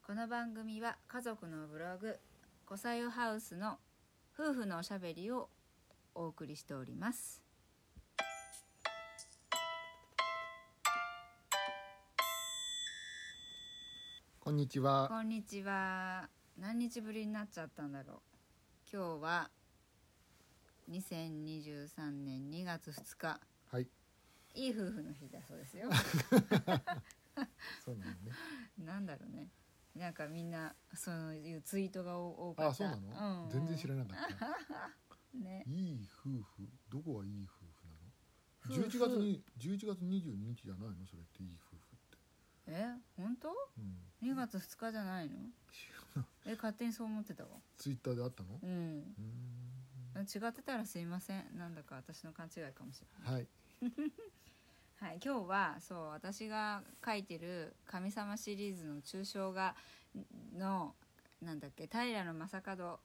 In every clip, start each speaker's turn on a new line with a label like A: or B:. A: この番組は家族のブログ「コサヨハウス」の夫婦のおしゃべりをお送りしております
B: こんにちは。
A: こんにちは何日ぶりになっちゃったんだろう今日は2023年2月2日
B: はい。
A: いい夫婦の日だそう ですよ
B: そうなのね。
A: なんだろうねなんかみんなそういうツイートが多かった
B: あ、そうなの。全然知らなかった。
A: ね
B: いい夫婦、どこがいい夫婦なの。
A: 夫婦
B: 11月に、11月22日じゃないの、それっていい夫婦って。
A: え本当
B: うん。
A: 2月2日じゃないのえ勝手にそう思ってたわ
B: ツイッターであったの
A: う。ん
B: うーん。
A: 違ってたらすいませんなんだか私の勘違いかもしれ
B: はい。
A: ない、はい、今日はそう私が書いてる「神様」シリーズの抽象画のなんだっけ平野正門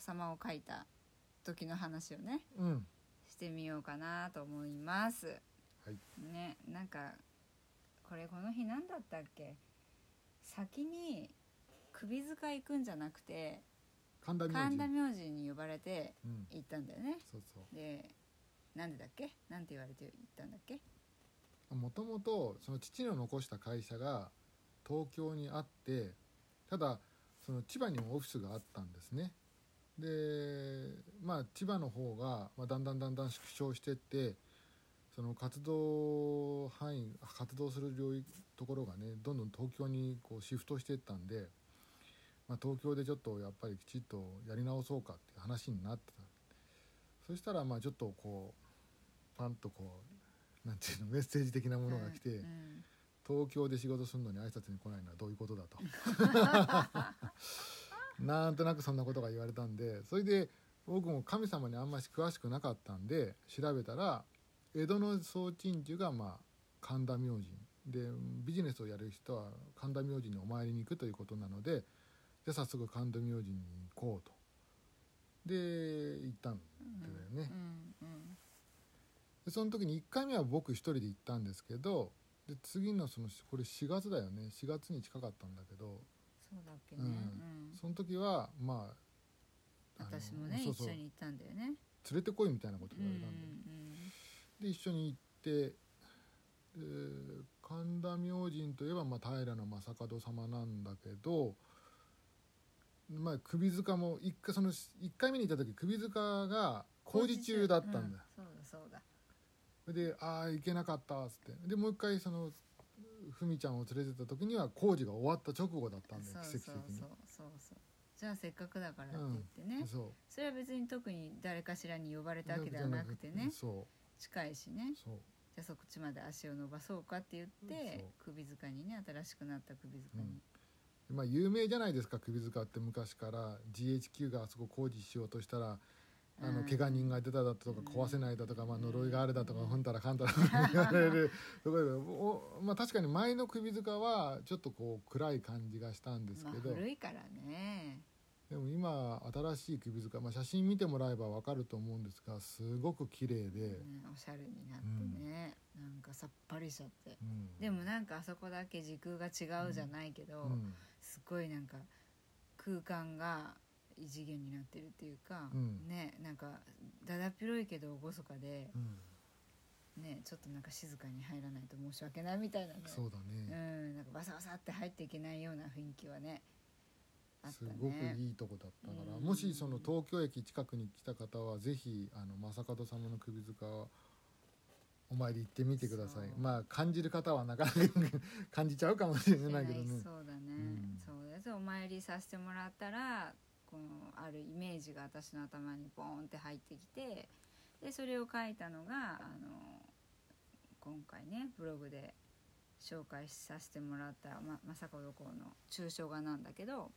A: 様を書いた時の話をね
B: うん。
A: してみようかなと思います
B: はい。
A: ねなんかこれこの日何だったっけ先に首塚行くんじゃなくて
B: 神田明
A: 神
B: 神
A: 田明神に呼ばれて
B: うん。
A: 行ったんだよね
B: そうそう。
A: でなんでだっけなんて言われて行ったんだっけ
B: もともとその父の残した会社が東京にあってただその千葉にもオフィスがあったんですねでまあ千葉の方が、まあ、だんだんだんだん縮小してってその活動範囲活動する領域ところがねどんどん東京にこうシフトしていったんで、まあ、東京でちょっとやっぱりきちっとやり直そうかっていう話になってたそしたらまあちょっとこうパンとこうなんていうのメッセージ的なものが来て、
A: うんうん
B: 東京で仕事するのに挨拶に来ないのはどういうことだとなんとなくそんなことが言われたんでそれで僕も神様にあんまし詳しくなかったんで調べたら江戸の総鎮守がまあ神田明神でビジネスをやる人は神田明神にお参りに行くということなのでじゃあ早速神田明神に行こうとで行ったんだよね。
A: うんうん
B: でその時に1回目は僕一人で行ったんですけどで次のそのこれ4月だよね4月に近かったんだけど
A: そうだっけね、う
B: う
A: ん
B: んその時はまああの
A: 私もね
B: そうそう
A: 一緒に行ったんだよね
B: 連れてこいみたいなこと
A: うん
B: 言われたんで、で一緒に行って、えー神田明神といえば、まあ、平将門様なんだけど、まあ、首塚も一回その一回目に行った時首塚が工事中だったんだよ、
A: うんそうだそうだ
B: それで「ああ行けなかった」っつってでもう一回そのふみちゃんを連れてった時には工事が終わった直後だったんで
A: そう
B: 奇
A: そうそ
B: 跡
A: う
B: 的に
A: そうそうじゃあせっかくだからって言ってね、
B: そ
A: それは別に特に誰かしらに呼ばれ
B: う
A: たわけではなくてね
B: そ
A: 近いしね
B: うそう
A: じゃあそっちまで足を伸ばそうかって言って
B: そう
A: 首塚にね新しくなった首塚に、
B: うんでまあ有名じゃないですか首塚って昔から GHQ があそこ工事しようとしたらあ
A: う
B: の
A: ん
B: 怪我人が出ただとか
A: うん
B: 壊せないだとか、まあ、呪いがあるだとか、
A: うん
B: ふんたらかんたら 言われるところでお、まあ、確かに前の首塚はちょっとこう暗い感じがしたんです
A: まあ
B: けど、
A: 古いからね
B: でも今新しい首塚、まあ、写真見てもらえば分かると思うんですがすごく綺麗で、
A: ねおしゃれになってね、なんかさっぱりしちゃって
B: うん
A: でもなんかあそこだけ時空が違うじゃないけど、
B: うん
A: すっごいなんか空間が異次元になってるっていうか、
B: うん
A: ねなんかだだっ広いけど厳かで
B: う、ん
A: ね、ちょっとなんか静かに入らないと申し訳ないみたいなね
B: そうだ
A: う
B: ね、
A: ん、なんかバサバサって入っていけないような雰囲気はねあった
B: す
A: ね
B: ごくいいとこだったから、
A: うん
B: もしその東京駅近くに来た方はぜひあの正門様の首塚をお参り行ってみてくださ
A: そ
B: い
A: う
B: まあ感じる方はなかな か感じちゃうかもしれないけどね
A: そうだね、
B: ん
A: そうですお参りさせてもらったらこのあるイメージが私の頭にボーンって入ってきてでそれを書いたのがあの今回ねブログで紹介させてもらった、ま、雅子校の抽象画なんだけど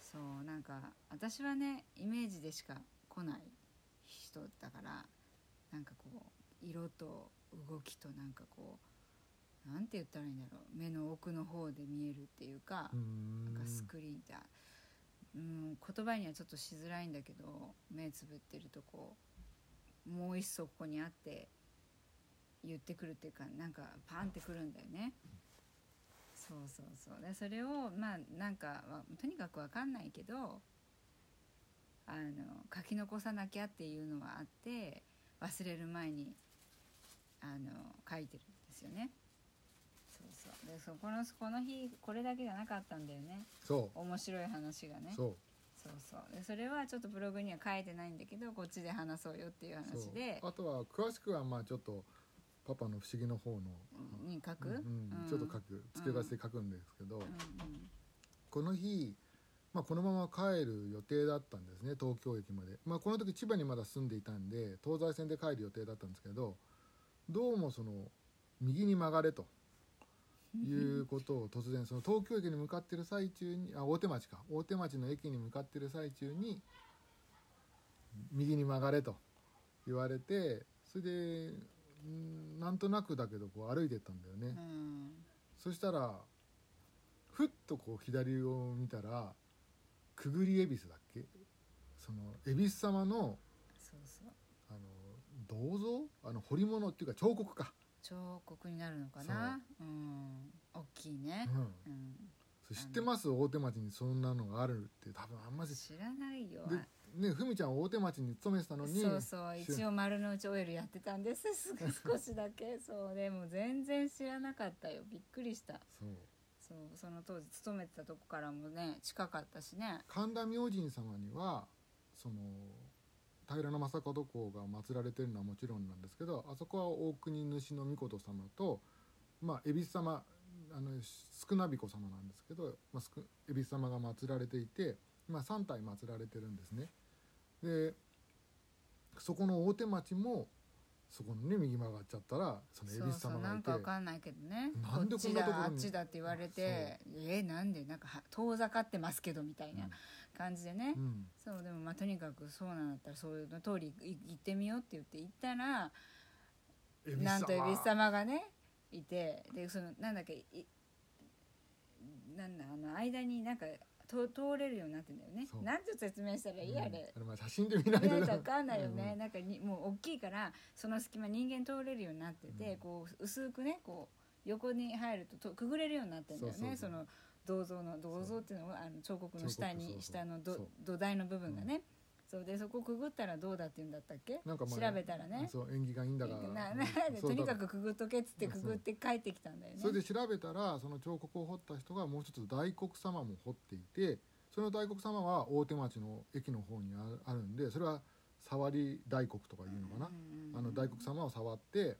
A: そうなんか私はねイメージでしか来ない人だからなんかこう色と動きとなんかこうなんて言ったらいいんだろう目の奥の方で見えるっていうか、
B: うん
A: なんかスクリーンって、うん、言葉にはちょっとしづらいんだけど目つぶってるとこうもう一層ここにあって言ってくるっていうかなんかパンってくるんだよね。そうそうそうでそれをまあなんかわとにかくわかんないけどあの書き残さなきゃっていうのはあって忘れる前にあの書いてるんですよね。そうそうでそこのこの日これだけじゃなかったんだよね
B: そ
A: 面白い話が
B: う
A: ね。
B: そ
A: そうそうでそれはちょっとブログには書いてないんだけどこっちで話そうよっていう
B: うそ
A: 話
B: う
A: で
B: あとは詳しくはまあちょっとパパの不思議の方の、
A: に書く、
B: うんうんちょっと書く付け出しで書くんですけど、
A: うんうん
B: この日、まあ、このまま帰る予定だったんですね東京駅まで、まあ、この時千葉にまだ住んでいたんで東西線で帰る予定だったんですけどどうもその右に曲がれということを突然その東京駅に向かってる最中にあ大手町か大手町の駅に向かってる最中に右に曲がれと言われてそれでうんなんとなくだけどこう歩いてったんだよね。
A: うん
B: そしたらふっとこう左を見たらくぐり恵比寿だっけその恵比寿様の
A: そうそう
B: あの銅像あの彫り物っていうか彫刻か、
A: 彫刻になるのかなうん大きいね
B: う、ん、
A: うん、
B: それ知ってます大手町にそんなのがあるって多分あんまり
A: 知らないよ
B: でねふみちゃん大手町に勤めてたのに
A: そうそう
B: しゅ
A: 一応丸の内オイルやってたんです すぐ少しだけそうでも全然知らなかったよびっくりした
B: そう
A: そうその当時勤めてたとこからもね近かったしね
B: 神田明神様にはその平将門公が祀られてるのはもちろんなんですけどあそこは大国主の御事様と、まあ、恵比寿様あの少なびこ様なんですけど、まあ、すく恵比寿様が祀られていて、まあ、3体祀られてるんですね。でそこの大手町もそこのね右曲がっちゃったらその恵
A: そ
B: 比
A: う
B: 寿
A: そう
B: 様が
A: ないん
B: て
A: かわかんないけどね
B: なん
A: こ
B: で
A: っ
B: こん
A: ち
B: なところに
A: だあっちだって言われてえなんでなんかは遠ざかってますけどみたいな感じでね、
B: うんうん
A: そうでもまあとにかくそうなんだったらそういうの通りい行ってみようって言って行ったら
B: 恵比寿
A: なんと恵比寿
B: 様
A: 様がねいてでそのなんだっけいなんだあの間になんかと通れるようになってんだよね
B: そう
A: なんて説明したらいいあれ、
B: うんまあ写真で見ない
A: 見
B: と
A: ないと分かんないよね、
B: うん
A: なんかにもう大きいからその隙間人間通れるようになってて、
B: うん
A: こう薄くねこう横に入るととくぐれるようになってんだよねそ
B: そうそうそう
A: の銅像の銅像っていうのはあの彫刻の下に
B: 彫刻そうそう
A: 下のど
B: そう
A: 土台の部分がね、そうでそこくぐったらどうだって言うんだったっけ
B: なんかまあ
A: 調べたらね
B: そう縁起がいいんだから
A: なな
B: うんそう
A: とに
B: だ
A: かくくぐっとけっつってくぐって帰ってきたんだよね
B: それで調べたらその彫刻を彫った人がもう一つ大黒様も彫っていてその大黒様は大手町の駅の方にああるんでそれは触り大黒とかいうのかな、
A: うん
B: あの大黒様を触って、うん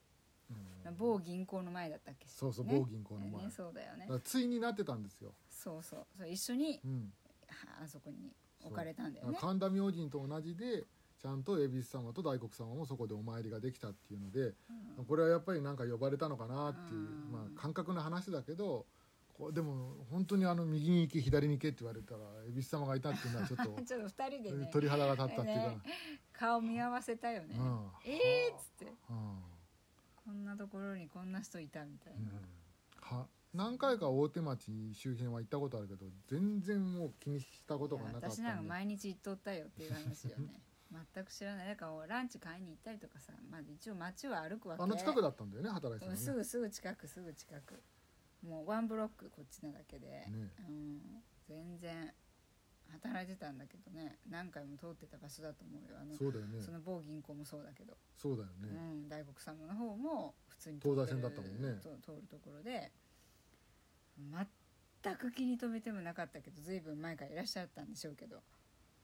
A: 某銀行の前だったっけ
B: そうそう、
A: ね
B: 某銀行の前、
A: ねそうだよね
B: だからついになってたんですよ、
A: そうそうそう一緒に
B: うん、
A: はあそこに置かれたんだよね
B: 神田明神と同じでちゃんと恵比寿様と大黒様もそこでお参りができたっていうので、
A: うん
B: これはやっぱりなんか呼ばれたのかなっていう、
A: うん
B: まあ、感覚の話だけどこうでも本当にあの右に行け左に行けって言われたら恵比寿様がいたっていうのはちょ っと
A: ちょっと二人でね
B: 鳥肌が立ったっていうか、
A: ね顔見合わせたよね、
B: うん
A: ええーっつって
B: うん
A: こんなところにこんな人いたみたいな、
B: は何回か大手町周辺は行ったことあるけど全然もう気にしたことがなかったんで
A: いや私なんか毎日行っとったよっていう話よ ね全く知らないだからランチ買いに行ったりとかさ、まあ、一応街は歩くわけ
B: あの近くだったんだよね働いてた
A: う
B: の
A: ん
B: ね
A: すぐすぐ近くすぐ近くもうワンブロックこっちなだけで、
B: ね
A: うん、全然働いてたんだけどね何回も通ってた場所だと思うよあの
B: そうだよね
A: その某銀行もそうだけど
B: そうだよね、
A: うん、大黒様の方も普通に
B: 東西線だったもんね
A: と通るところで全く気に留めてもなかったけど随分前からいらっしゃったんでしょうけど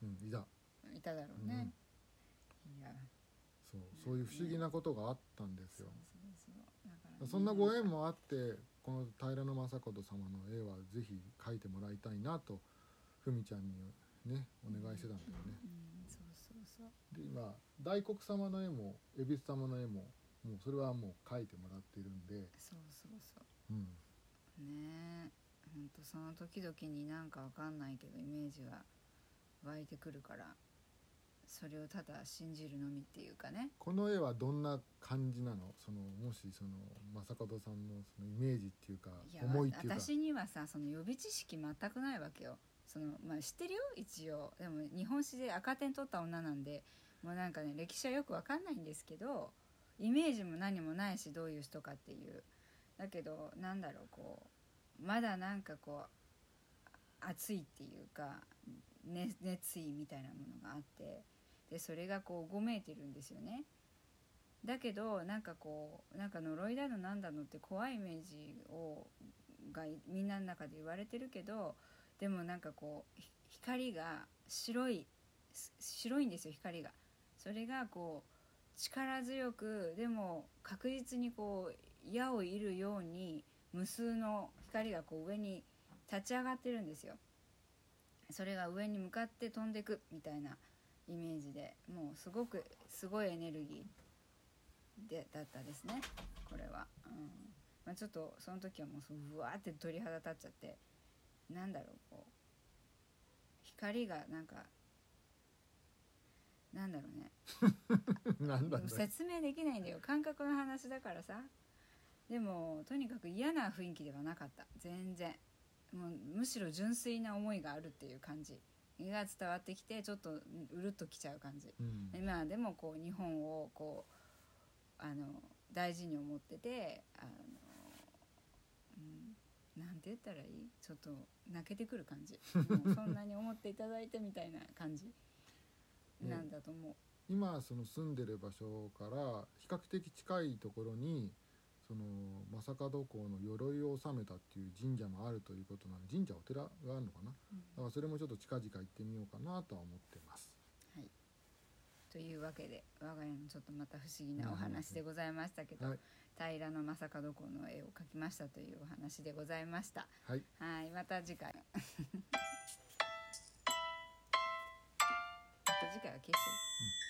B: うん、いた
A: いただろうね、いや
B: そうそういう不思議なことがあったんです
A: そ
B: よ
A: う、そうそうだからね、
B: そんなご縁もあってこの平将門様の絵はぜひ描いてもらいたいなとふみちゃんにねお願いしてたんだよね
A: うんそうそうそう
B: で今大黒様の絵も恵比寿様の絵ももうそれはもう描いてもらっているんで、
A: そうそうそう
B: うん、
A: ねえほんとその時々になんかわかんないけどイメージが湧いてくるからそれをただ信じるのみっていうかね
B: この絵はどんな感じなのそのもしその正門さんのそのイメージっていうか
A: いや
B: 思いっていうか
A: 私にはさその予備知識全くないわけよその、まあ、知ってるよ一応でも日本史で赤点取った女なんでもうなんかね歴史はよくわかんないんですけどイメージも何もないしどういう人かっていうだけどなんだろうこうまだなんかこう熱いっていうか、ね、熱意みたいなものがあってでそれがこうごめいてるんですよね。だけどなんかこうなんか呪いだのなんだのって怖いイメージをがみんなの中で言われてるけどでもなんかこうひ光が白いす白いんですよ光が。それがこう力強くでも確実にこう矢を射るように無数の光がこう上に立ち上がってるんですよ。それが上に向かって飛んでくみたいなイメージでもうすごくすごいエネルギーでだったですねこれは、うんまあ、ちょっとその時はもうそううわーって鳥肌立っちゃってなんだろうこう光がなんかなんだろうね
B: なんだ
A: でも
B: ろう
A: 説明できないんだよ感覚の話だからさでもとにかく嫌な雰囲気ではなかった全然もうむしろ純粋な思いがあるっていう感じが伝わってきてちょっとうるっときちゃう感じ
B: うん
A: 今でもこう日本をこうあの大事に思っててあの、うん、なんて言ったらいいちょっと泣けてくる感じもうそんなに思っていただいてみたいな感じなんだと思う。
B: 今その住んでる場所から比較的近いところにその正門公の鎧を納めたっていう神社もあるということなので神社お寺があるのかなだ
A: うん
B: からそれもちょっと近々行ってみようかなとは思ってます
A: というわけで我が家のちょっとまた不思議なお話でございましたけど、
B: はい
A: 平の正門公の絵を描きましたというお話でございました
B: はい
A: はいまた次回 また次回は消す、